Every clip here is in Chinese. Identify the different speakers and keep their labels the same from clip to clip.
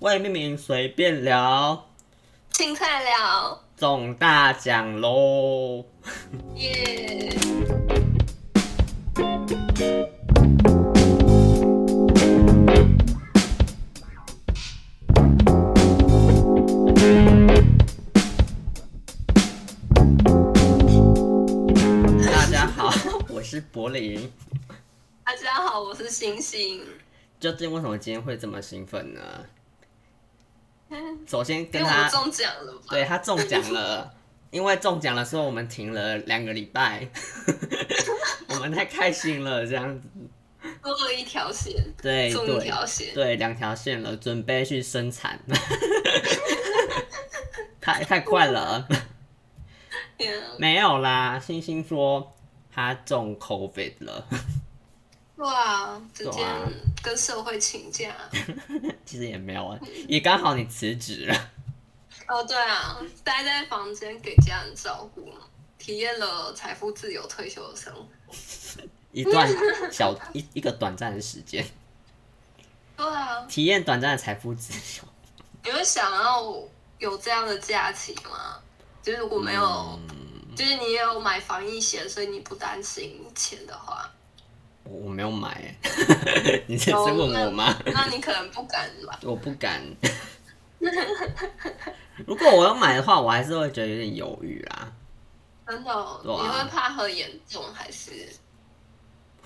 Speaker 1: 魏明明随便聊，
Speaker 2: 青菜聊，
Speaker 1: 中大奖喽！
Speaker 2: 耶、
Speaker 1: 大家好， 我是柏林。
Speaker 2: 大家好，我是星星。
Speaker 1: 究竟为什么今天会这么兴奋 呢？
Speaker 2: 嗯
Speaker 1: 首先跟
Speaker 2: 因为我
Speaker 1: 他，
Speaker 2: 们中奖了吧？
Speaker 1: 对他中奖了，因为中奖的时候我们停了两个礼拜， 我们太开心了，这样子。
Speaker 2: 多了一条线，
Speaker 1: 哎对
Speaker 2: 中一
Speaker 1: 对
Speaker 2: 条线。
Speaker 1: 对，两条线了，准备去生产， 太太快了。啊
Speaker 2: 天
Speaker 1: 没有啦，星星说他中 COVID 了，
Speaker 2: 哇，直
Speaker 1: 对
Speaker 2: 接
Speaker 1: 啊
Speaker 2: 跟社会请假。
Speaker 1: 其实也没有啊，也刚好你辞职了，
Speaker 2: 哦，对啊，待在房间给家人照顾，体验了财富自由退休的生活。
Speaker 1: 一段小 一一个短暂的时间，
Speaker 2: 对啊，
Speaker 1: 体验短暂的财富自由。
Speaker 2: 你会想要有这样的假期吗？就是我没有，
Speaker 1: 嗯
Speaker 2: 就是你也有买防疫险，所以你不担心钱的话，
Speaker 1: 我我没有买 欸，你这是问我吗？
Speaker 2: 那你可能不敢吧？
Speaker 1: 我不敢。 如果我要买的话，我还是会觉得有点犹豫啊啦。
Speaker 2: 真的哦、
Speaker 1: 对啊
Speaker 2: 你会怕很严重还是？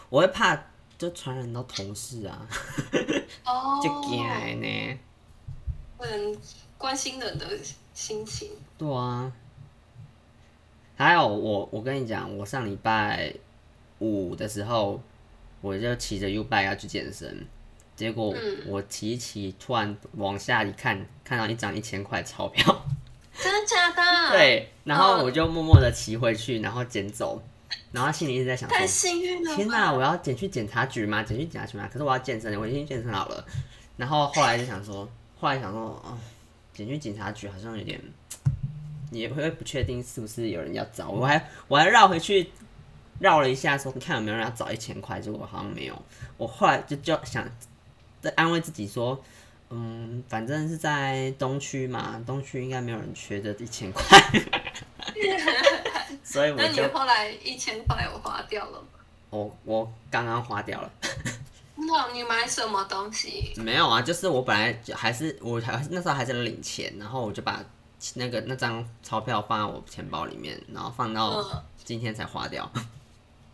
Speaker 1: 我会怕就传染到同事啊，
Speaker 2: 哦，
Speaker 1: 就惊的呢。
Speaker 2: 嗯，关心人的心情。
Speaker 1: 对啊，还有我，我跟你讲，我上礼拜五的时候，我就骑着 U bike 要去健身，结果
Speaker 2: 嗯
Speaker 1: 我骑一骑，突然往下一看，看到一张一千块钞票，
Speaker 2: 真的假的？，
Speaker 1: 对，然后
Speaker 2: 嗯
Speaker 1: 我就默默的骑回去，然后捡走，然后心里一直在想
Speaker 2: 太
Speaker 1: 说，
Speaker 2: 幸运了吧。
Speaker 1: 天哪、我要捡去检察局吗？捡去检察局吗？可是我要健身，我已经健身好了，然后后来就想说，后来想说，哦，检去警察局好像有点，也会不确定是不是有人要找
Speaker 2: 嗯
Speaker 1: 我，还我还绕回去绕了一下说，看有没有人要找一千块，结果好像没有。我后来就就想在安慰自己说，嗯，反正是在东区嘛，东区应该没有人缺这一千 块，所以我
Speaker 2: 那你
Speaker 1: 就
Speaker 2: 后来一千块有花掉了吗？
Speaker 1: 我我刚刚花掉了。
Speaker 2: 那哦你买什么东西？
Speaker 1: 没有啊，就是我本来就还是我还那时候还在领钱，然后我就把那个那张钞票放在我钱包里面，然后放到
Speaker 2: 嗯
Speaker 1: 今天才花 掉。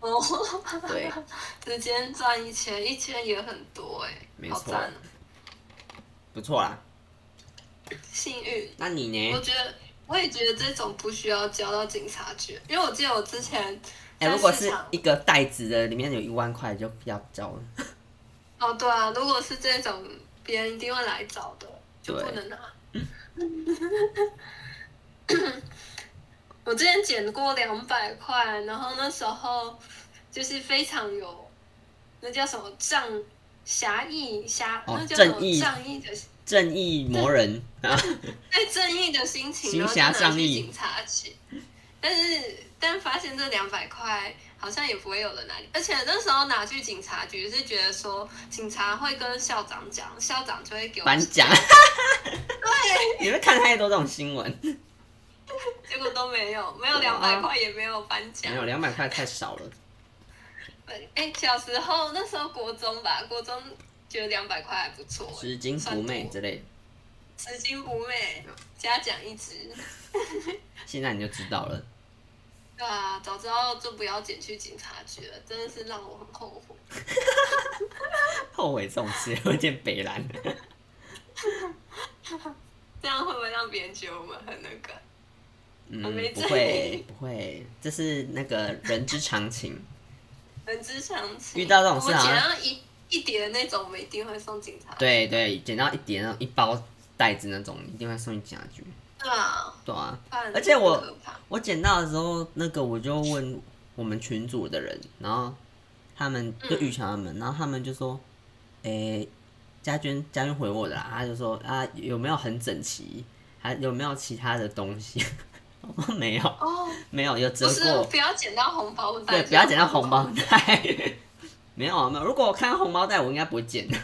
Speaker 2: 哦，
Speaker 1: 对，
Speaker 2: 直接赚一千，一千也很多哎、
Speaker 1: 没
Speaker 2: 好
Speaker 1: 错
Speaker 2: 赞哦
Speaker 1: 不错啦。
Speaker 2: 幸运。
Speaker 1: 那你
Speaker 2: 我
Speaker 1: 呢？
Speaker 2: 觉得我也觉得这种不需要交到警察局，因为我记得我之前
Speaker 1: 哎、
Speaker 2: 在
Speaker 1: 如果
Speaker 2: 市
Speaker 1: 是
Speaker 2: 场
Speaker 1: 一个袋子的，里面有一万块就不要交了。
Speaker 2: 哦对啊，如果是这种别人一定会来找的，就
Speaker 1: 对嗯
Speaker 2: 不能拿。 我之前捡过两百块，然后那时候就是非常有那叫什么仗侠义侠，
Speaker 1: 哦
Speaker 2: 那叫什么
Speaker 1: 正义
Speaker 2: 仗义的
Speaker 1: 正义魔人啊，
Speaker 2: 对正义的心情，
Speaker 1: 行
Speaker 2: 然后就
Speaker 1: 侠
Speaker 2: 拿
Speaker 1: 仗
Speaker 2: 去
Speaker 1: 义
Speaker 2: 警察局。但是，但发现这两百块好像也不会有人拿，而且那时候拿去警察局是觉得说，警察会跟校长讲，校长就会给我
Speaker 1: 颁奖。 你们看太多这种新闻，
Speaker 2: 结果都没有，没有
Speaker 1: 对啊
Speaker 2: 两百块，也没有颁奖
Speaker 1: 没。有两百块太少了。
Speaker 2: 对哎、小时候那时候国中吧，国中觉得两百块还不错，
Speaker 1: 拾金不昧
Speaker 2: 算多
Speaker 1: 之类的，
Speaker 2: 拾金不昧，嘉奖一支。
Speaker 1: 现在你就知道了。
Speaker 2: 对啊，早知道就不要捡去警察局了，真的是让我很后悔。
Speaker 1: 后悔这种事有点北蓝。
Speaker 2: 这样会不会让别人觉得我们很那个？
Speaker 1: 嗯
Speaker 2: 我哦没，
Speaker 1: 不
Speaker 2: 在
Speaker 1: 会不会，这是那个人之常情。
Speaker 2: 人之常情。
Speaker 1: 遇到这种事
Speaker 2: 我
Speaker 1: 好
Speaker 2: 捡
Speaker 1: 像
Speaker 2: 到一一叠那种，我们一定会送警察。
Speaker 1: 对对，捡到一点那种一包袋子那种，一定会送你警察局。
Speaker 2: 对啊，
Speaker 1: 对啊，
Speaker 2: 不然
Speaker 1: 而且我
Speaker 2: 很可怕
Speaker 1: 我捡到的时候，那个我就问我们群组的人，然后他们就
Speaker 2: 嗯
Speaker 1: 遇强他们，然后他们就说，诶、嘉娟嘉娟回我的啦，他就说啊有没有很整齐，还有没有其他的东西？ 我说没有
Speaker 2: 哦，
Speaker 1: 没有，有折
Speaker 2: 不是
Speaker 1: 过，
Speaker 2: 不要捡到红包袋，
Speaker 1: 对，不要捡到红包袋。 没有啊，没有。如果我看到红包袋，我应该不会捡的。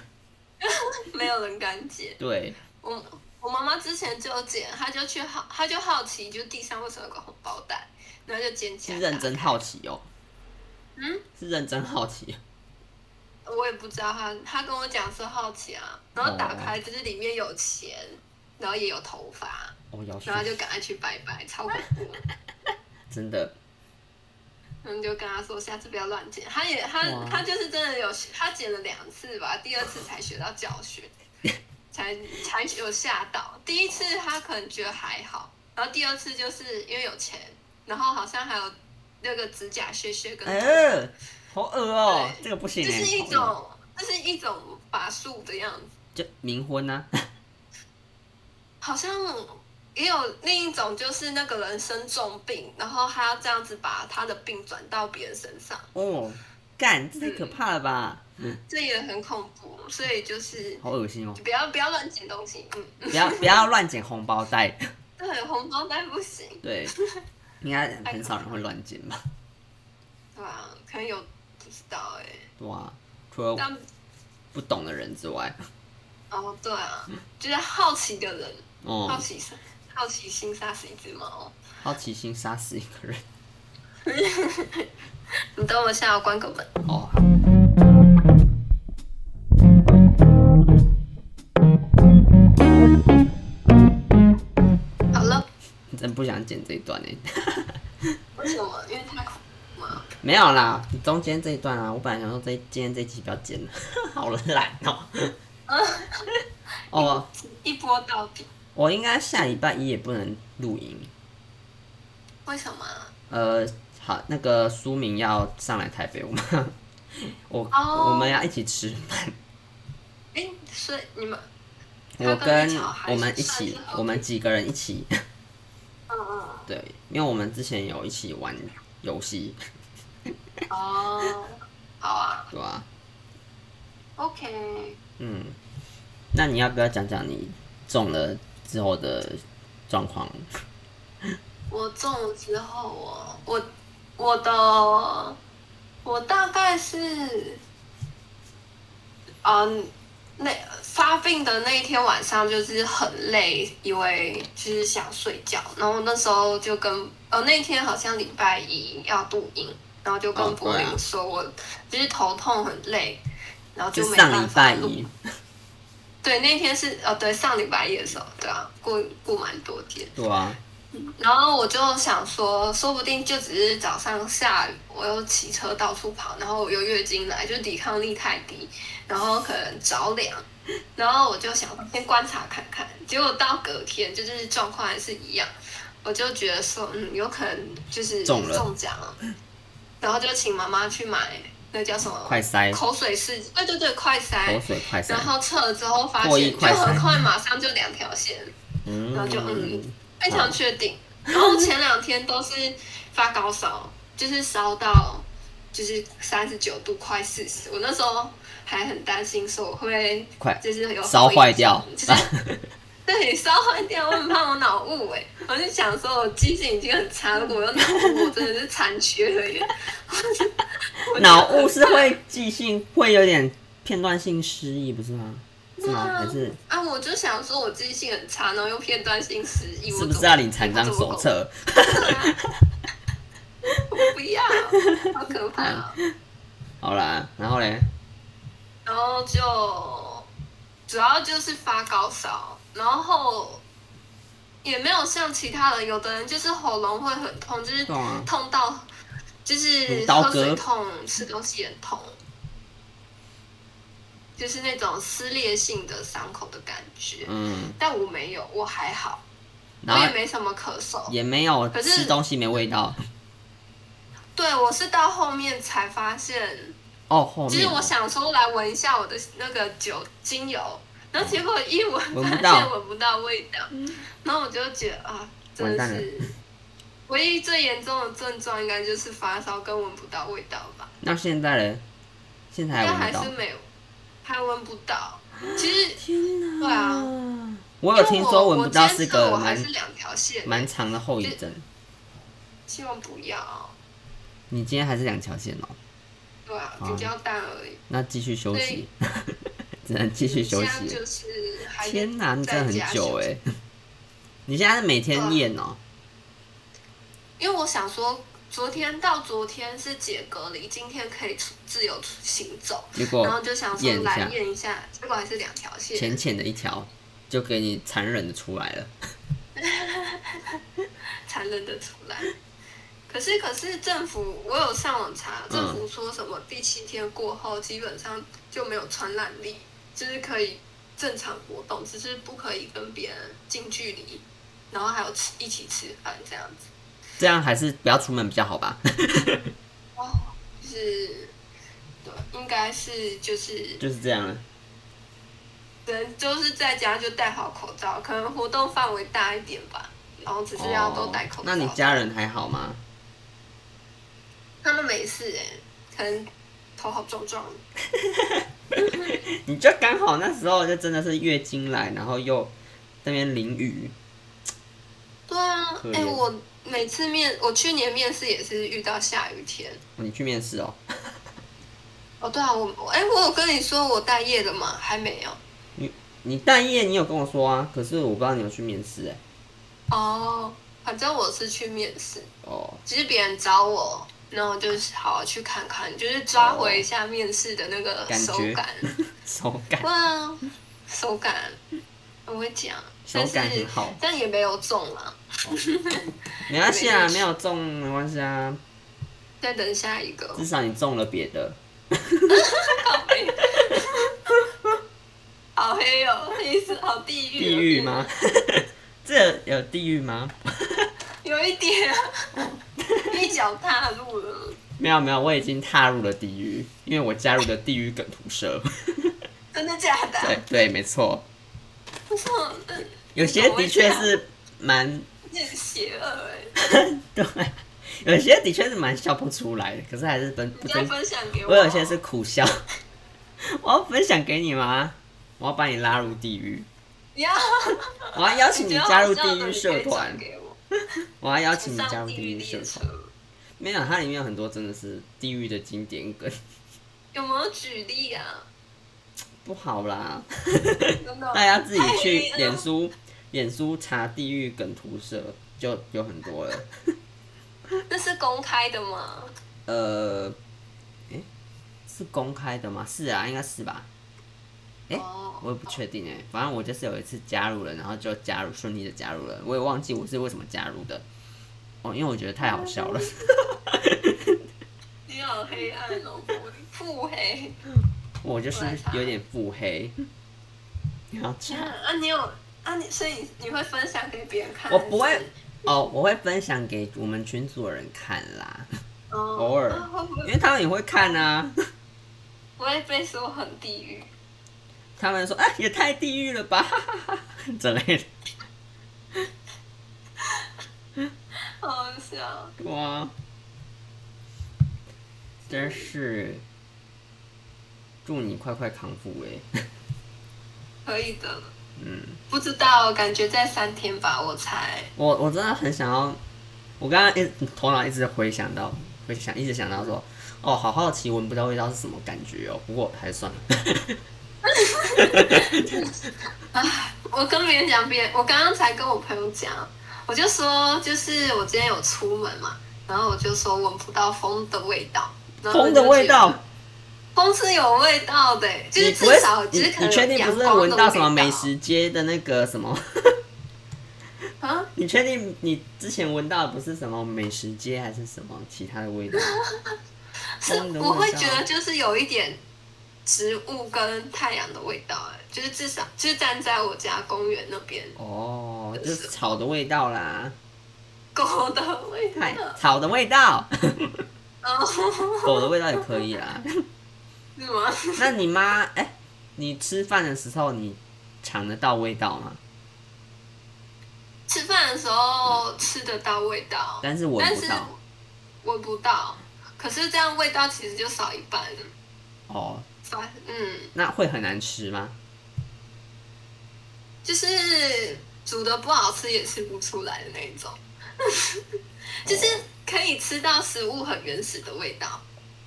Speaker 2: 没有人敢捡。
Speaker 1: 对，
Speaker 2: 我我妈妈之前纠结，她就去好，她就好奇，就地上为什么有个红包袋，然后就捡起来。
Speaker 1: 是认真好奇哦，
Speaker 2: 嗯，
Speaker 1: 是认真好奇，
Speaker 2: 我也不知道他，他跟我讲是好奇啊，然后打
Speaker 1: 哦
Speaker 2: 开就是里面有钱，然后也有头发，
Speaker 1: 哦，要去
Speaker 2: 然后就赶快去拜拜，超恐怖。
Speaker 1: 真的
Speaker 2: 然后就跟他说下次不要乱捡，他也他
Speaker 1: 哇
Speaker 2: 他就是真的有学他捡了两次吧，第二次才学到教训，才才有吓到。第一次他可能觉得还好，然后第二次就是因为有钱，然后好像还有那个指甲屑屑跟头
Speaker 1: 哎、
Speaker 2: 发
Speaker 1: 好恶哦、
Speaker 2: 对
Speaker 1: 这个不行、
Speaker 2: 这
Speaker 1: 欸，
Speaker 2: 是一
Speaker 1: 好恶
Speaker 2: 种，这是一种法术的样子。
Speaker 1: 就冥婚啊 呐、
Speaker 2: 好像也有另一种，就是那个人生重病，然后他要这样子把他的病转到别人身上，
Speaker 1: 哦，干，这太可怕了吧，
Speaker 2: 这也很恐怖。所以就是
Speaker 1: 好恶心哦、
Speaker 2: 不要不要乱捡东西，嗯，
Speaker 1: 不要不要乱捡红包袋，
Speaker 2: 对，红包袋不行，
Speaker 1: 对，应该很少人会乱捡吧，
Speaker 2: 对吧、可能有不知道哎、
Speaker 1: 对啊，除了
Speaker 2: 但
Speaker 1: 不懂的人之外，
Speaker 2: 哦对啊，就是好奇的人，
Speaker 1: 哦、
Speaker 2: 好奇心，好奇心杀死一只猫。
Speaker 1: 好奇心杀死一个人，
Speaker 2: 你等我一下，我关个门。
Speaker 1: 哦，
Speaker 2: 好了，
Speaker 1: 真不想剪这一段哎、
Speaker 2: 为什么？因为太恐怖嘛。
Speaker 1: 没有啦，中间这一段啊，我本来想说这一今天这一集不要剪了， 好懒哦、哦，
Speaker 2: 一波到底，
Speaker 1: 我应该下礼拜一也不能录音，
Speaker 2: 为什么啊？
Speaker 1: 呃，好，那个苏明要上来台北，我们我、
Speaker 2: 哦
Speaker 1: 我们要一起吃饭，
Speaker 2: 哎，所以你们，
Speaker 1: 我
Speaker 2: 他
Speaker 1: 跟
Speaker 2: 你吵还
Speaker 1: 我
Speaker 2: 是
Speaker 1: 们一
Speaker 2: 算
Speaker 1: 起
Speaker 2: 是，合
Speaker 1: 我们几个人一起，
Speaker 2: 嗯嗯。
Speaker 1: 对，因为我们之前有一起玩游戏，
Speaker 2: 哦，好啊
Speaker 1: 对吧、
Speaker 2: ，OK。
Speaker 1: 嗯，那你要不要讲讲你中了之后的状况？
Speaker 2: 我中了之后哦，我我的我大概是，嗯，那发病的那一天晚上就是很累，因为就是想睡觉，然后那时候就跟呃那天好像礼拜一要录音，然后就
Speaker 1: 哦
Speaker 2: 跟柏
Speaker 1: 对
Speaker 2: 林
Speaker 1: 啊
Speaker 2: 说我就是头痛很累，然后
Speaker 1: 就
Speaker 2: 没
Speaker 1: 上哦
Speaker 2: 办
Speaker 1: 啊礼
Speaker 2: 法
Speaker 1: 拜
Speaker 2: 录
Speaker 1: 一，
Speaker 2: 对，那天是哦，对，上礼拜一的时候，对啊，过过蛮多天。
Speaker 1: 对啊，
Speaker 2: 然后我就想说，说不定就只是早上下雨，我又骑车到处跑，然后我又月经来，就抵抗力太低，然后可能着凉，然后我就想先观察看看。结果到隔天，就是状况还是一样，我就觉得说，嗯，有可能就是
Speaker 1: 中了
Speaker 2: 中奖 了，然后就请妈妈去买那叫什么
Speaker 1: 快塞
Speaker 2: 口水试剂，对对对，快塞，
Speaker 1: 口水快塞
Speaker 2: 然，后测了之后发
Speaker 1: 获益
Speaker 2: 现，就
Speaker 1: 快闪
Speaker 2: 很快马上就两条线，
Speaker 1: 嗯
Speaker 2: 然后就嗯，非常确定。
Speaker 1: 啊
Speaker 2: 然后前两天都是发高烧，就是烧到就是三十九度，快四十。我那时候还很担心说我会
Speaker 1: 快
Speaker 2: 就是有
Speaker 1: 烧坏掉
Speaker 2: 就是 对，烧坏掉，我很怕我脑雾哎，我就想说，我记性已经很差，如果我有脑雾，我真的是残缺了耶。 我就
Speaker 1: 脑雾是会记性会有点片段性失忆，不是吗？是吗？
Speaker 2: 啊
Speaker 1: 还是
Speaker 2: 啊，我就想说我记性很差，然后又片段性失忆，我
Speaker 1: 是不啊
Speaker 2: 怎
Speaker 1: 是
Speaker 2: 么啊
Speaker 1: 要领残障手册？
Speaker 2: 我不要，好可怕、哦。
Speaker 1: 好啦，然后嘞，
Speaker 2: 然后就主要就是发高烧，然后也没有像其他人，有的人就是喉咙会很痛，就是
Speaker 1: 对啊
Speaker 2: 痛到就是
Speaker 1: 乳刀
Speaker 2: 喝水
Speaker 1: 割
Speaker 2: 痛、吃东西也痛，就是那种撕裂性的伤口的感觉。
Speaker 1: 嗯，
Speaker 2: 但我没有，我还好，我
Speaker 1: 然
Speaker 2: 也
Speaker 1: 后
Speaker 2: 没什么咳嗽。
Speaker 1: 也没有
Speaker 2: 可是
Speaker 1: 吃东西没味道。
Speaker 2: 对我是到后面才发现，
Speaker 1: 哦，后
Speaker 2: 其实
Speaker 1: 面
Speaker 2: 我想说来闻一下我的那个酒精油，然后结果一闻
Speaker 1: 闻不
Speaker 2: 发
Speaker 1: 到
Speaker 2: 现闻不到味道，然后我就觉得啊，真
Speaker 1: 完
Speaker 2: 的
Speaker 1: 蛋了
Speaker 2: 是唯一最严重的症状应该就是发烧跟闻不到味道吧，
Speaker 1: 那现在嘞，现在还
Speaker 2: 但
Speaker 1: 闻
Speaker 2: 还
Speaker 1: 不到
Speaker 2: 是。没有，还闻不到。其实
Speaker 1: 天哪！
Speaker 2: 对
Speaker 1: 啊， 我
Speaker 2: 因
Speaker 1: 有
Speaker 2: 为
Speaker 1: 听说
Speaker 2: 我
Speaker 1: 闻不到是
Speaker 2: 我监测
Speaker 1: 个
Speaker 2: 我还
Speaker 1: 蛮
Speaker 2: 是两条线，
Speaker 1: 蛮长的后遗症。
Speaker 2: 希望不要，
Speaker 1: 你今天还是两条线哦，
Speaker 2: 对啊，
Speaker 1: 啊
Speaker 2: 比较淡而已。
Speaker 1: 那继续休
Speaker 2: 所以
Speaker 1: 息。 只能继续休
Speaker 2: 现在
Speaker 1: 息。
Speaker 2: 就是还
Speaker 1: 天哪，你真的很久哎、
Speaker 2: 哎。
Speaker 1: 你现在是每天练哦、
Speaker 2: 因为我想说，昨天到昨天是解隔离，今天可以出自由出行走，
Speaker 1: 结
Speaker 2: 然后
Speaker 1: 果
Speaker 2: 就想说
Speaker 1: 哦验一下
Speaker 2: 来验一下，结果还是两条线。
Speaker 1: 浅浅的一条就给你残忍的出来了。
Speaker 2: 才认得出来。可是，可是政府，我有上网查，
Speaker 1: 嗯
Speaker 2: 政府说什么第七天过后基本上就没有传染力，就是可以正常活动，只是不可以跟别人近距离，然后还有吃一起吃饭这样子。
Speaker 1: 这样还是不要出门比较好吧？
Speaker 2: 哦，就是对，应该是就是
Speaker 1: 就是这样了。啊
Speaker 2: 人就是在家就戴好口罩，可能活动范围大一点吧，然后只是要都戴口罩。
Speaker 1: 哦那你家人还好吗？
Speaker 2: 他们没事哎、可能头好壮壮的。
Speaker 1: 你就刚好那时候就真的是月经来，然后又那边淋雨，
Speaker 2: 对啊，
Speaker 1: 可
Speaker 2: 哎、
Speaker 1: 怜
Speaker 2: 我每次面，我去年面试也是遇到下雨天。
Speaker 1: 哦你去面试哦。
Speaker 2: 哦，对啊，我我哎、我有跟你说我待业了吗？还没有。
Speaker 1: 你半夜你有跟我说啊，可是我不知道你有去面试哎、
Speaker 2: 哦，反正我是去面试，
Speaker 1: 哦，
Speaker 2: 只是别人找我，然后我就是好好去看看，就是抓回一下面试的那个
Speaker 1: 感觉
Speaker 2: 手 感。
Speaker 1: 手感
Speaker 2: 哇，手感，我会讲，
Speaker 1: 手
Speaker 2: 但是
Speaker 1: 感很好，
Speaker 2: 但也没有中啊，
Speaker 1: 没关系啊，
Speaker 2: 没
Speaker 1: 没有中没关系啊，
Speaker 2: 再等下一个
Speaker 1: 至。少你中了别的。
Speaker 2: 好黑哦，意思好地啊狱。哦
Speaker 1: 地狱？吗？ 这有地狱吗？
Speaker 2: 有一点、啊，一脚踏入了。
Speaker 1: 没有没有，我已经踏入了地狱，因为我加入了地狱梗图 社。
Speaker 2: 真的假的？
Speaker 1: 对对，没错，
Speaker 2: 不是，嗯
Speaker 1: 有些的确是蛮
Speaker 2: 你很邪恶哎、
Speaker 1: 对，有些的确是蛮笑不出来的，可是还是分不
Speaker 2: 你要
Speaker 1: 争。
Speaker 2: 分享给我
Speaker 1: 我
Speaker 2: 啊。
Speaker 1: 有些是苦笑， 我要分享给你吗？我要把你拉入地狱，
Speaker 2: 你要，
Speaker 1: 我要邀请
Speaker 2: 你
Speaker 1: 你
Speaker 2: 觉得
Speaker 1: 加入
Speaker 2: 好笑的
Speaker 1: 地狱社团
Speaker 2: 你可以转，给我。
Speaker 1: 我要邀请你
Speaker 2: 上
Speaker 1: 加入
Speaker 2: 地
Speaker 1: 地
Speaker 2: 狱
Speaker 1: 狱社
Speaker 2: 列车
Speaker 1: 团。，没有，它里面有很多真的是地狱的经典梗，
Speaker 2: 有没有举例啊？
Speaker 1: 不好啦。
Speaker 2: 真的，
Speaker 1: 大家自己去
Speaker 2: 太黑
Speaker 1: 脸
Speaker 2: 了
Speaker 1: 书，脸书查地狱梗图社就有很多了。
Speaker 2: 那是公开的吗？
Speaker 1: 呃，诶、是公开的吗？是啊，应该是吧。诶
Speaker 2: 哦
Speaker 1: 我也不确定哎、反正我就是有一次加入了，然后就加入顺利的加入了，我也忘记我是为什么加入的。哦，因为我觉得太好笑了，
Speaker 2: 你好黑暗哦，我的腹黑。
Speaker 1: 我就是有点腹黑。你要查
Speaker 2: 啊，你有啊？你所以你会分享给别人看？
Speaker 1: 我不会
Speaker 2: 还是
Speaker 1: 哦，我会分享给我们群组的人看啦，
Speaker 2: 哦，
Speaker 1: 偶尔
Speaker 2: 啊会不
Speaker 1: 因
Speaker 2: 会
Speaker 1: 为他们也会看啊。
Speaker 2: 不会被说很地狱？
Speaker 1: 他们说：“啊，也太地狱了吧， 哈哈哈哈之类的。
Speaker 2: 好好笑。”
Speaker 1: 哇，真是，祝你快快康复哎、
Speaker 2: 可以的，
Speaker 1: 嗯，
Speaker 2: 不知道，感觉在三天吧，我猜。
Speaker 1: 我我真的很想要，我刚刚一头脑一直回想到，回想一直想到说，哦，好好奇闻不到味道是什么感觉哦。不过还是算了，
Speaker 2: 我跟别人讲，别人我刚刚才跟我朋友讲，我就说，就是我今天有出门嘛，然后我就说闻不到风的味道，然后我
Speaker 1: 风
Speaker 2: 就
Speaker 1: 的味
Speaker 2: 觉
Speaker 1: 道
Speaker 2: 得，，嗯风是有味道的、就是
Speaker 1: 你不
Speaker 2: 至
Speaker 1: 会
Speaker 2: 少，
Speaker 1: 你
Speaker 2: 就是可
Speaker 1: 你
Speaker 2: 能
Speaker 1: 确定不
Speaker 2: 阳
Speaker 1: 是
Speaker 2: 光
Speaker 1: 闻
Speaker 2: 的
Speaker 1: 到什么
Speaker 2: 味道
Speaker 1: 美食街的那个什么？
Speaker 2: 啊？
Speaker 1: 你确定你之前闻到的不是什么美食街还是什么其他的味道？
Speaker 2: 是
Speaker 1: 风的味道
Speaker 2: 我会觉得就是有一点植物跟太阳的味道、哎，就是至少就是站在我家公园那边
Speaker 1: 哦，就是草的味道 啦，
Speaker 2: 狗的味道
Speaker 1: 太，草的味道，
Speaker 2: 哦，
Speaker 1: 狗的味道也可以啦。
Speaker 2: 是吗？
Speaker 1: 那你妈，哎、你吃饭的时候你尝得到味道吗？
Speaker 2: 吃饭的时候吃得到味道，
Speaker 1: 但是闻
Speaker 2: 但
Speaker 1: 不
Speaker 2: 是
Speaker 1: 到。
Speaker 2: 闻不到。可是这样味道其实就少一半了，
Speaker 1: 哦，
Speaker 2: 少嗯，
Speaker 1: 那会很难吃吗？
Speaker 2: 就是煮的不好吃也吃不出来的那一 种，就是可以吃到食物很原始的味道，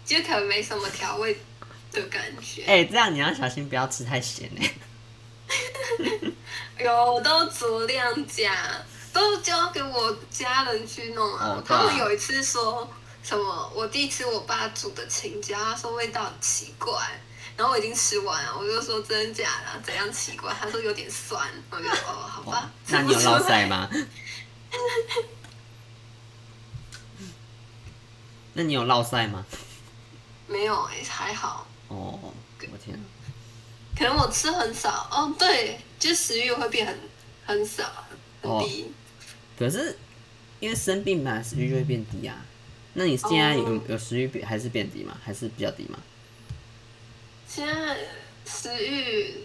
Speaker 2: 就可能没什么调味的感觉。
Speaker 1: 哎、这样你要小心，不要吃太咸哎、
Speaker 2: 有，我都酌量加，都交给我家人去弄啊。
Speaker 1: 哦对啊
Speaker 2: 他们有一次说什么，我弟吃我爸煮的青椒，他说味道很奇怪，然后我已经吃完了，我就说真的假的，啊怎样奇怪？他说有点酸，我就说哦，好吧。
Speaker 1: 那你有
Speaker 2: 吃不
Speaker 1: 落
Speaker 2: 出来
Speaker 1: 腮 吗？ 那你有落腮吗？
Speaker 2: 没有哎、还好，
Speaker 1: 哦，我天啊，
Speaker 2: 可能我吃很少。哦，对，就食欲会变很很少，
Speaker 1: 哦
Speaker 2: 很低。
Speaker 1: 可是因为生病嘛，食欲就会变低啊。那你现在有、
Speaker 2: 哦
Speaker 1: 有食欲变还是变低吗？还是比较低吗？
Speaker 2: 现在食欲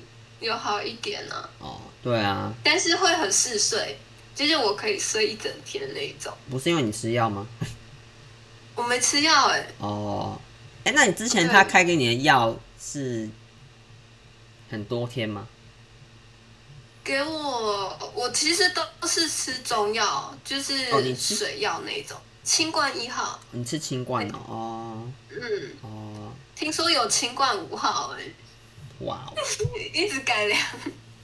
Speaker 2: 有好一点呢、啊。
Speaker 1: 哦，对啊，
Speaker 2: 但是会很嗜睡，就是我可以睡一整天那一种。
Speaker 1: 不是因为你吃药吗？
Speaker 2: 我没吃药哎、
Speaker 1: 哦，哎、那你之前他
Speaker 2: 对
Speaker 1: 开给你的药是很多天吗？
Speaker 2: 给我我其实都是吃中药，就是
Speaker 1: 哦你吃
Speaker 2: 水药那一种，清冠一号。
Speaker 1: 你吃清冠哦，
Speaker 2: 嗯，
Speaker 1: 哦哦，
Speaker 2: 听说有清冠五号哎、
Speaker 1: 哇哦！
Speaker 2: 一直改良。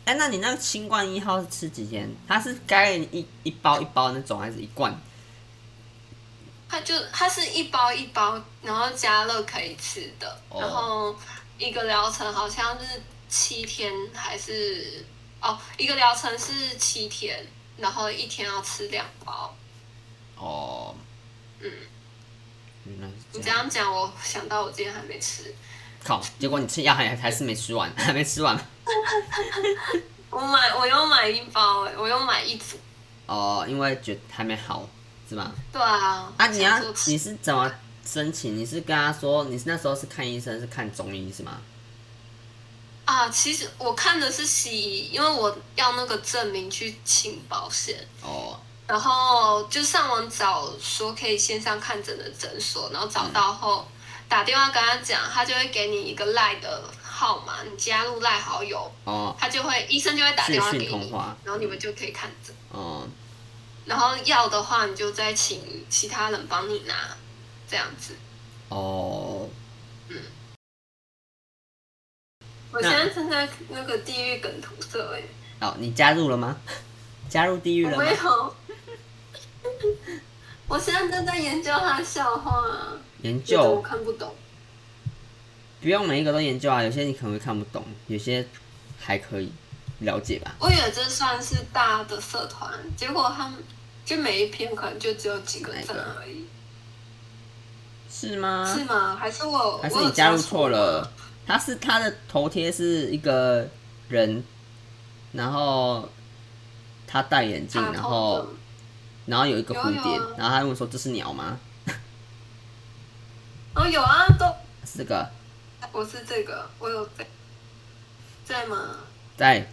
Speaker 1: 哎、那你那个清冠一号是吃几天？它是该一一包一包那种，还是一罐？
Speaker 2: 它就它是一包一包，然后加热可以吃的，
Speaker 1: 哦
Speaker 2: 然后一个疗程好像是七天还是哦，一个疗程是七天，然后一天要吃两包。
Speaker 1: 哦，
Speaker 2: 嗯，
Speaker 1: 原来
Speaker 2: 你
Speaker 1: 是
Speaker 2: 这
Speaker 1: 这样。
Speaker 2: 样讲，我想到我今天还没吃，
Speaker 1: 靠！结果你吃药还还是没吃完， 还没吃完。
Speaker 2: 我买我又买一包、欸，我又买一组。
Speaker 1: 哦，因为觉得还没好，是吧？
Speaker 2: 对啊，
Speaker 1: 啊，你要
Speaker 2: 想说吃
Speaker 1: 你是怎么申请？你是跟他说你是那时候是看医生，是看中医是吗？
Speaker 2: 啊？其实我看的是西医，因为我要那个证明去请保险。
Speaker 1: 哦，
Speaker 2: 然后就上网找说可以线上看诊的诊所，然后找到后、打电话跟他讲，他就会给你一个赖的号码，你加入赖好友，
Speaker 1: 哦，
Speaker 2: 他就会医生就会打
Speaker 1: 视
Speaker 2: 电话给
Speaker 1: 讯通
Speaker 2: 你，
Speaker 1: 话，
Speaker 2: 然后你们就可以看诊。
Speaker 1: 哦，
Speaker 2: 然后要的话，你就再请其他人帮你拿，这样子。
Speaker 1: 哦，
Speaker 2: 我现在正在那个地狱梗图社哎、
Speaker 1: 哦，你加入了吗？ 加入地狱
Speaker 2: 我
Speaker 1: 了吗
Speaker 2: 没？有，我现在正在研究他的笑话啊，
Speaker 1: 研
Speaker 2: 觉得我
Speaker 1: 究
Speaker 2: 看不懂。
Speaker 1: 不用每一个都研究啊，有些你可能会看不懂，有些还可以了解吧。
Speaker 2: 我以为这算是大的社团，结果他们就每一篇可能就只有几个赞而已，
Speaker 1: 是吗？
Speaker 2: 是吗？还是我
Speaker 1: 啊还是
Speaker 2: 我有
Speaker 1: 你加入
Speaker 2: 错
Speaker 1: 错了？？他是他的头贴是一个人，然后他戴眼镜，
Speaker 2: 啊
Speaker 1: 然
Speaker 2: 头
Speaker 1: 后
Speaker 2: 的
Speaker 1: 然后有一个
Speaker 2: 有
Speaker 1: 蝴
Speaker 2: 有
Speaker 1: 蝶
Speaker 2: 啊，
Speaker 1: 然后他问我说这是鸟吗？
Speaker 2: 哦，有啊，都
Speaker 1: 是这个
Speaker 2: 我是这个，我有在在吗？
Speaker 1: 在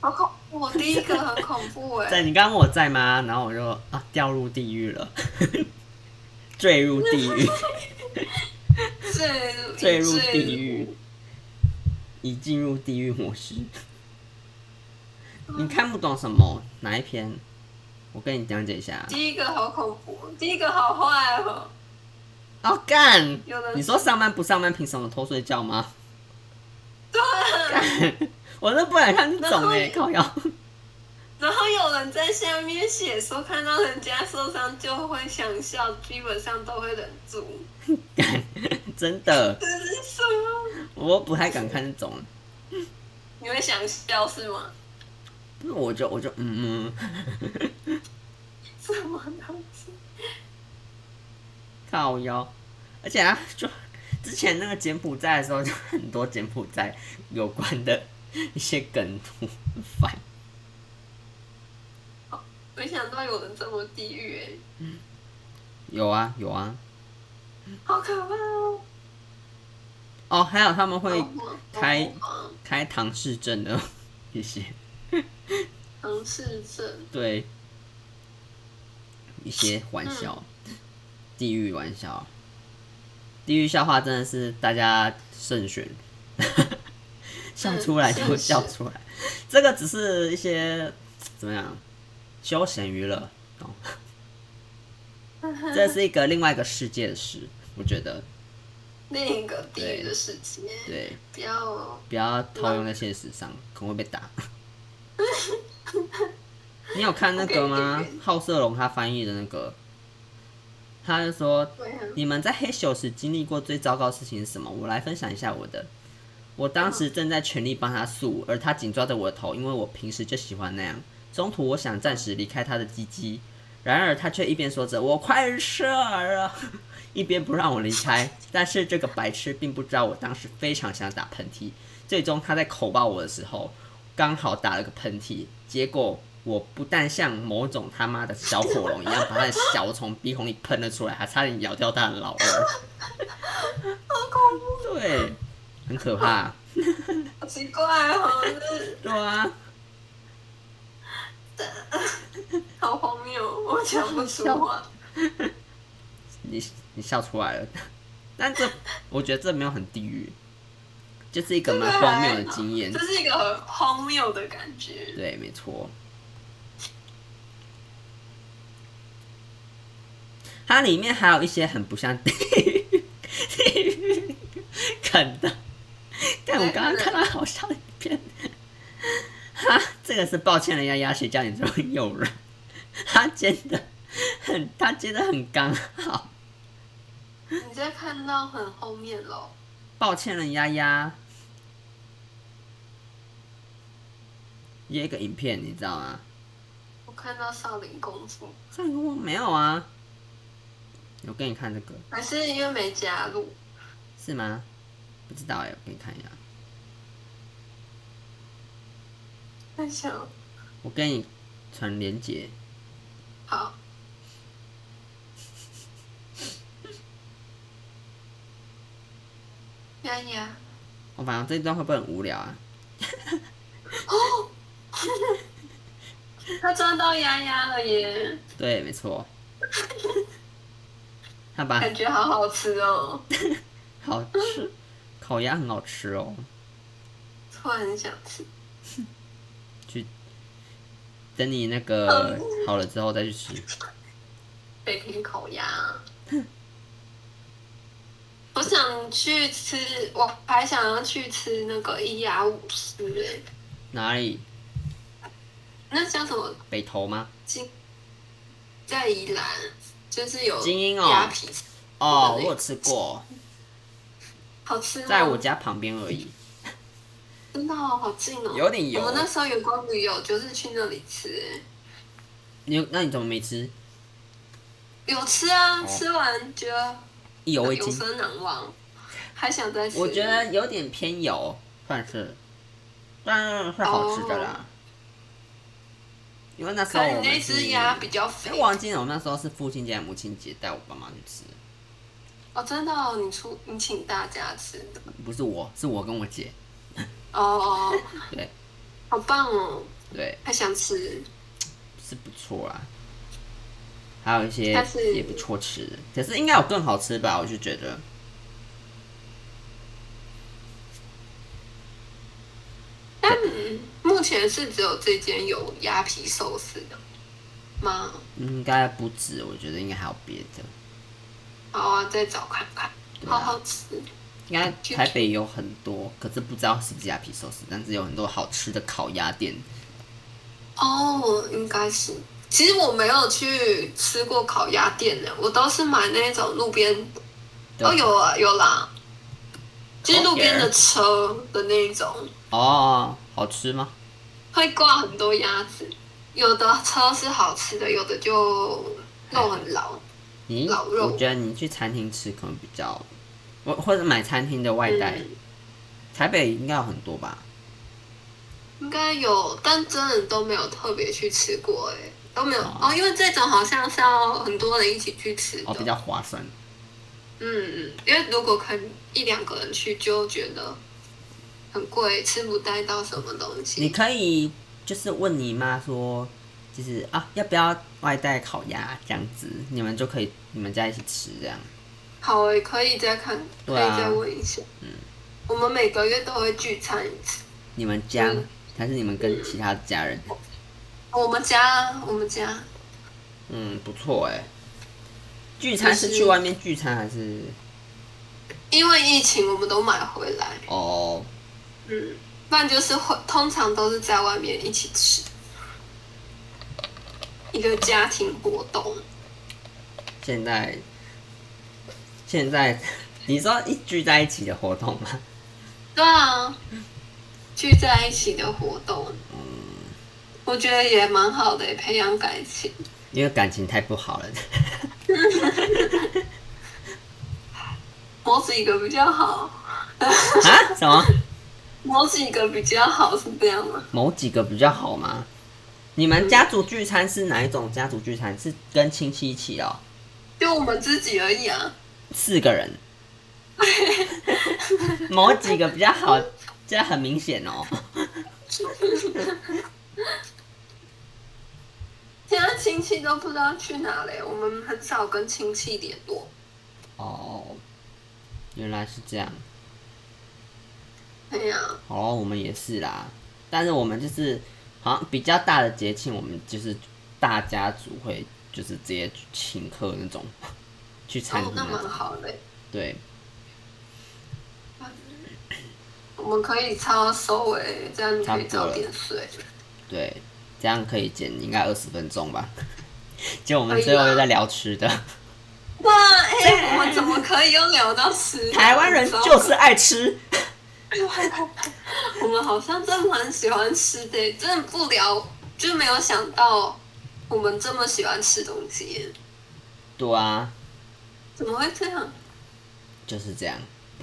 Speaker 2: 好恐怖！我第一个很恐 怖哎、
Speaker 1: 在你刚刚问我在吗？然后我就啊掉入地狱了， 坠入地 狱，
Speaker 2: 坠入
Speaker 1: 坠入地狱，已进入地狱模 式。你看不懂什么哪一篇？我跟你讲解一下。
Speaker 2: 第一个好恐怖，第一个好坏哦。
Speaker 1: 哦干！
Speaker 2: 有人
Speaker 1: 你说上班不上班，凭什么偷睡觉吗？
Speaker 2: 对啊，
Speaker 1: 我都不敢看这种哎、欸，
Speaker 2: 然
Speaker 1: 靠腰。
Speaker 2: 然后有人在下面写说，看到人家受伤就会想笑，基本上都会忍住。
Speaker 1: 干真的，
Speaker 2: 这是什么？
Speaker 1: 我不太敢看这种。
Speaker 2: 你会想笑是吗？
Speaker 1: 不是，我就我就嗯嗯，
Speaker 2: 什么东西？
Speaker 1: 靠腰。而且啊，就之前那个柬埔寨的时候，就很多柬埔寨有关的一些梗图， 很烦。
Speaker 2: 没想到有人这么地狱哎、
Speaker 1: 有啊有啊，
Speaker 2: 好可怕哦！
Speaker 1: 哦，还有他们会
Speaker 2: 好恐怖
Speaker 1: 开
Speaker 2: 啊
Speaker 1: 开唐氏症的 一些，
Speaker 2: 唐氏症，
Speaker 1: 对，一些玩笑，地狱玩笑，地狱笑话真的是大家慎选， 笑出来就笑出来。这个只是一些怎么样休闲娱乐，哦懂？这是一个另外一个世界的事，我觉得
Speaker 2: 另一个地狱的世界，
Speaker 1: 对，
Speaker 2: 不要
Speaker 1: 不要套用在现实上，可能会被打。你有看那个吗
Speaker 2: OK，OK，OK？
Speaker 1: 好色龙他翻译的那个，他就说
Speaker 2: 对啊，
Speaker 1: 你们在黑咻时经历过最糟糕的事情是什么？我来分享一下我的。我当时正在全力帮他诉，而他紧抓着我的头，因为我平时就喜欢那样。中途我想暂时离开他的鸡鸡，然而他却一边说着“我快射了”，一边不让我离开。但是这个白痴并不知道我当时非常想打喷嚏。最终他在口爆我的时候，刚好打了个喷嚏，结果我不但像某种他妈的小火龙一样，把他的小从鼻孔里喷了出来，还差点咬掉他的老二。对，很可怕。
Speaker 2: 好奇怪哦，就是
Speaker 1: 对啊，
Speaker 2: 好荒谬，我讲不出话。
Speaker 1: 你你笑出来了，但这我觉得这没有很地狱，就是一个蛮荒谬的啊经验
Speaker 2: 这。是一个很荒谬的感觉。
Speaker 1: 对，没错。它里面还有一些很不像 地狱，地狱梗的，但我刚刚看到好笑的一片。哈，这个是抱歉了，丫丫，谁叫你这么诱人？他接的很，他接的很刚好。
Speaker 2: 你在看到很后面喽，
Speaker 1: 抱歉了，丫丫。也有一个影片，你知道吗？
Speaker 2: 我看到少林功夫，
Speaker 1: 上一个我没有啊，我给你看这个
Speaker 2: 还是因为没加入。
Speaker 1: 是吗？不知道哎、我给你看一下。
Speaker 2: 在想，
Speaker 1: 我给你传链接，
Speaker 2: 好， 丫丫，
Speaker 1: 我、哦反正这段会不会很无聊啊？
Speaker 2: 哦，他抓到丫丫了耶，
Speaker 1: 对，没错。他把
Speaker 2: 感觉好好吃哦，
Speaker 1: 好吃，烤鸭很好吃哦。
Speaker 2: 突然很想吃。
Speaker 1: 等你那个好了之后再去吃。
Speaker 2: 北平烤鸭。我想去吃，我还想要去吃那个一鸭五司诶，
Speaker 1: 哪里？
Speaker 2: 那叫什么
Speaker 1: 北投吗？
Speaker 2: 金？在宜兰，就是有
Speaker 1: 精英哦
Speaker 2: 鸭皮，
Speaker 1: 哦，我有吃过，
Speaker 2: 好吃吗？
Speaker 1: 在我家旁边而已。
Speaker 2: 真的哦好近哦，
Speaker 1: 有点油
Speaker 2: 我们那时候有光旅游，就是去那里吃诶，
Speaker 1: 你那你怎么没吃？
Speaker 2: 有吃啊，
Speaker 1: 哦
Speaker 2: 吃完觉得
Speaker 1: 意犹未
Speaker 2: 永
Speaker 1: 尽。
Speaker 2: 生难忘，还想再吃。
Speaker 1: 我觉得有点偏油，算是，但是是好吃的啦。因为那时
Speaker 2: 哦可
Speaker 1: 候
Speaker 2: 能
Speaker 1: 我
Speaker 2: 你那
Speaker 1: 们
Speaker 2: 只
Speaker 1: 是，
Speaker 2: 鸭比较肥
Speaker 1: 哎，我忘记了，我那时候是父亲节、母亲节带我爸妈去吃，
Speaker 2: 哦，真的哦，你出你请大家吃的
Speaker 1: 不是我，是我跟我姐。
Speaker 2: 哦哦，
Speaker 1: 对
Speaker 2: 好棒哦，
Speaker 1: 对，
Speaker 2: 还想吃。
Speaker 1: 是不错啦。还有一些
Speaker 2: 但是
Speaker 1: 也不错吃的，可是应该有更好吃吧？我就觉得
Speaker 2: 但目前是只有这间有鸭皮寿司的吗？
Speaker 1: 应该不止，我觉得应该还有别的。
Speaker 2: 好啊，再找看看，
Speaker 1: 对啊
Speaker 2: 好好吃。
Speaker 1: 应该台北有很多，可是不知道是不是鸭皮寿司，但是有很多好吃的烤鸭店。
Speaker 2: 哦，应该是。其实我没有去吃过烤鸭店的，我都是买那种路边。
Speaker 1: 对
Speaker 2: 哦，有啊，有啦，就是路边
Speaker 1: 烤
Speaker 2: 的
Speaker 1: 鸭
Speaker 2: 车的那一种，
Speaker 1: 哦，好吃吗？
Speaker 2: 会挂很多鸭子。有的车是好吃的，有的就肉很老。
Speaker 1: 你
Speaker 2: 老肉
Speaker 1: 我觉得你去餐厅吃可能比较，我或者买餐厅的外带，
Speaker 2: 嗯
Speaker 1: 台北应该有很多吧？
Speaker 2: 应该有，但真的都没有特别去吃过、欸，都没有
Speaker 1: 哦
Speaker 2: 哦，因为这种好像是要很多人一起去吃的，
Speaker 1: 哦，比较划算。
Speaker 2: 嗯嗯，因为如果可能一两个人去就觉得很贵，吃不带到什么东
Speaker 1: 你
Speaker 2: 西。
Speaker 1: 可以就是问你妈说，就是啊要不要外带烤鸭这样子，你们就可以你们家一起吃这样。
Speaker 2: 好、欸，可以再看，可
Speaker 1: 对
Speaker 2: 以
Speaker 1: 啊
Speaker 2: 再问一下。嗯，我们每个月都会聚餐一次。
Speaker 1: 你们家、
Speaker 2: 嗯
Speaker 1: 还是你们跟其他家人？
Speaker 2: 我们家，我们家
Speaker 1: 欸嗯，不错哎。聚餐是
Speaker 2: 就是
Speaker 1: 去外面聚餐还是？
Speaker 2: 因为疫情我们都买回来，
Speaker 1: 哦，
Speaker 2: 嗯，不然就是会通常都是在外面一起吃，一个家庭活动。
Speaker 1: 现在现在 你说一聚在一起的活动吗？
Speaker 2: 对啊，聚在一起的活动，
Speaker 1: 嗯
Speaker 2: 我觉得也蛮好的，培养感情。
Speaker 1: 因为感情太不好了，
Speaker 2: 某几个比较好，
Speaker 1: 啊？什么？
Speaker 2: 某几个比较好是这样吗？
Speaker 1: 某几个比较好吗？你们家族聚餐是哪一种家族聚餐？是跟亲戚一起哦，
Speaker 2: 就我们自己而已啊。
Speaker 1: 四个人。某几个比较好，这样很明显哦。
Speaker 2: 现在亲戚都不知道去哪嘞，我们很少跟亲戚联络。
Speaker 1: 哦，原来是这样。
Speaker 2: 哎呀、
Speaker 1: 哦，我们也是啦，但是我们就是好像比较大的节庆，我们就是大家族会就是直接请客那种， 去餐
Speaker 2: 哦
Speaker 1: 厅，
Speaker 2: 那
Speaker 1: 那
Speaker 2: 蛮
Speaker 1: 种。
Speaker 2: 好嘞，
Speaker 1: 对，
Speaker 2: 我们可以超收尾，这样你可以
Speaker 1: 差不多
Speaker 2: 早
Speaker 1: 了
Speaker 2: 点睡。
Speaker 1: 对，这样可以减应该二十分钟吧。 就我们
Speaker 2: 可以
Speaker 1: 最后
Speaker 2: 啦
Speaker 1: 又在聊吃的，
Speaker 2: 哇，哎、我们怎么可以啊又聊到吃？
Speaker 1: 台湾人就是啊爱吃。
Speaker 2: 我们好像真的蛮喜欢吃的，真的不聊就没有想到我们这么喜欢吃东西耶，
Speaker 1: 对啊，
Speaker 2: 怎么会这样？
Speaker 1: 就是这样。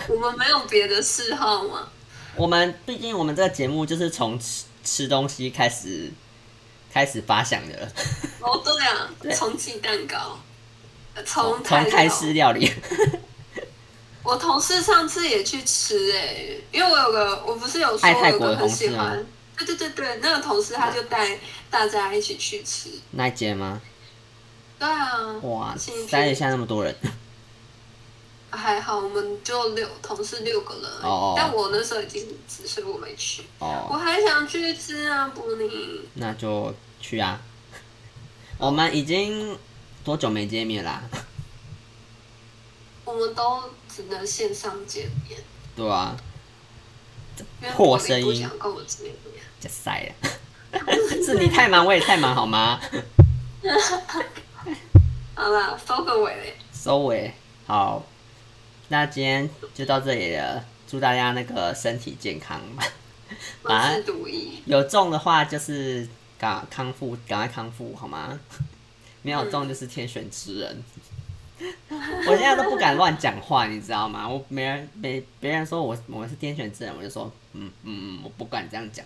Speaker 2: 我们没有别的嗜好吗？
Speaker 1: 我们毕竟我们这个节目就是从吃吃东西开始开始发想的了，
Speaker 2: 哦，对啊
Speaker 1: 对，
Speaker 2: 从鸡蛋糕，呃从
Speaker 1: 从泰
Speaker 2: 料
Speaker 1: 式料理。
Speaker 2: 我同事上次也去吃哎、因为我有个我不是有说
Speaker 1: 爱
Speaker 2: 我
Speaker 1: 泰
Speaker 2: 有
Speaker 1: 国
Speaker 2: 个
Speaker 1: 的
Speaker 2: 很
Speaker 1: 同事
Speaker 2: 喜
Speaker 1: 吗嗯
Speaker 2: 欢，对对对对，那个同事他就带大家一起去吃，
Speaker 1: 那一间吗？
Speaker 2: 对啊，
Speaker 1: 哇，
Speaker 2: 进去
Speaker 1: 塞得下那么多人，
Speaker 2: 还好我们就六同事六个人而已，
Speaker 1: 哦
Speaker 2: 但我那时候已经只所以我没去，我
Speaker 1: 哦，
Speaker 2: 还想去吃啊，布尼，
Speaker 1: 那就去啊。 我们已经多久没见面啦、
Speaker 2: 我们都只能线上见面，
Speaker 1: 对啊，
Speaker 2: 因为
Speaker 1: 破
Speaker 2: 布尼不
Speaker 1: 声音
Speaker 2: 想跟我见面，
Speaker 1: 就塞了。 是你太忙，我也太忙，好吗？
Speaker 2: 好啦，收个尾嘞，
Speaker 1: 收尾，好，那今天就到这里了。祝大家那个身体健康，
Speaker 2: 万事如意。
Speaker 1: 有中的话就是赶康复，赶快康复，好吗？ 没有中就是天选之人。 我现在都不敢乱讲话，你知道吗？我没人没别人说我我是天选之人，我就说嗯嗯嗯，我不敢这样讲。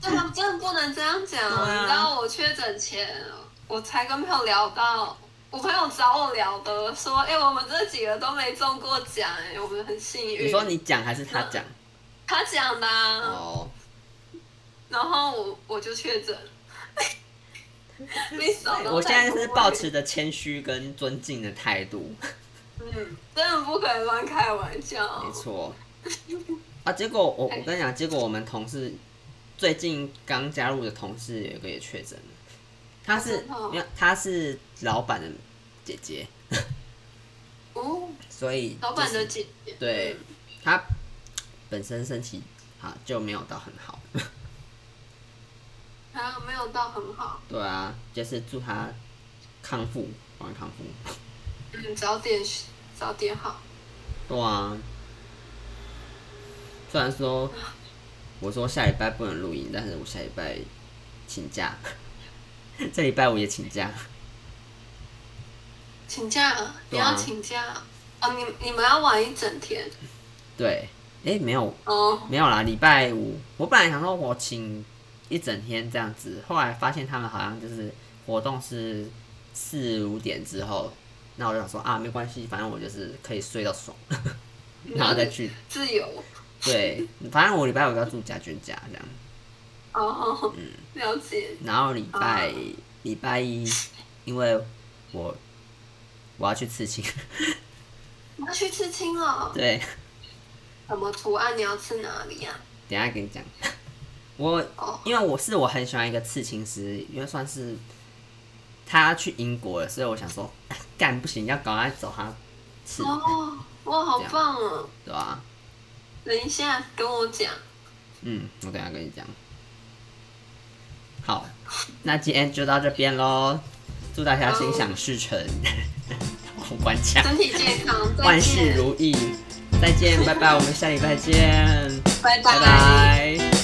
Speaker 2: 真的真的不能这样讲，
Speaker 1: 对啊
Speaker 2: 你知道我确诊前，我才跟朋友聊到，我朋友找我聊的，说，哎、我们这几个都没中过奖，哎，我们很幸运。
Speaker 1: 你说你讲还是他讲？
Speaker 2: 他讲的、啊，
Speaker 1: 哦，
Speaker 2: 然后我我就确 诊。你少
Speaker 1: 我现在是保，持着谦虚跟尊敬的态度，
Speaker 2: 嗯，真的不可以乱开玩笑
Speaker 1: 没。错。啊，结果我我跟你讲，结果我们同事最近刚加入的同事有一个也确诊了，他是
Speaker 2: 真的哦
Speaker 1: 没有，他是老板的姐姐，
Speaker 2: 哦，
Speaker 1: 所以、
Speaker 2: 老板的
Speaker 1: 就是
Speaker 2: 姐姐，
Speaker 1: 对他本身身体啊就没有到很好，
Speaker 2: 还有没有到很好，
Speaker 1: 对啊，就是祝他康复，晚安康复，
Speaker 2: 嗯，早点早点好，
Speaker 1: 对啊。虽然说我说下礼拜不能录音，但是我下礼拜请假， 这礼拜我也请假。
Speaker 2: 请假，你
Speaker 1: 对啊
Speaker 2: 要请假。哦，你你们要玩一整天
Speaker 1: 对，诶，没有
Speaker 2: 哦，
Speaker 1: 没有啦，礼拜五我本来想说我请一整天这样子，后来发现他们好像就是活动是四五点之后，那我就想说啊，没关系，反正我就是可以睡到爽， 然后再去。
Speaker 2: 自由
Speaker 1: 对，反正我礼拜五要住家眷家这样，
Speaker 2: 哦，
Speaker 1: 嗯
Speaker 2: 了解。
Speaker 1: 然后礼
Speaker 2: 啊
Speaker 1: 拜礼拜一，因为我我要去刺青，
Speaker 2: 你要去刺青哦？
Speaker 1: 对，
Speaker 2: 什么图案？你要刺哪里呀、
Speaker 1: 等一下给你讲。我
Speaker 2: 哦
Speaker 1: 因为我是我很喜欢一个刺青师，因为算是 他去英国了，所以我想说，哎干不行，要赶快走他刺。
Speaker 2: 哦，哇，好
Speaker 1: 这样
Speaker 2: 棒哦！
Speaker 1: 对吧、
Speaker 2: 等一下跟我讲，
Speaker 1: 嗯，我等一下跟你讲。好，那今天就到这边喽，祝大家心想事成，
Speaker 2: 哦
Speaker 1: 我关卡，
Speaker 2: 身体健康，再
Speaker 1: 万事
Speaker 2: 见，
Speaker 1: 如意，再见，拜拜，我们下礼拜见，
Speaker 2: 拜
Speaker 1: 拜拜。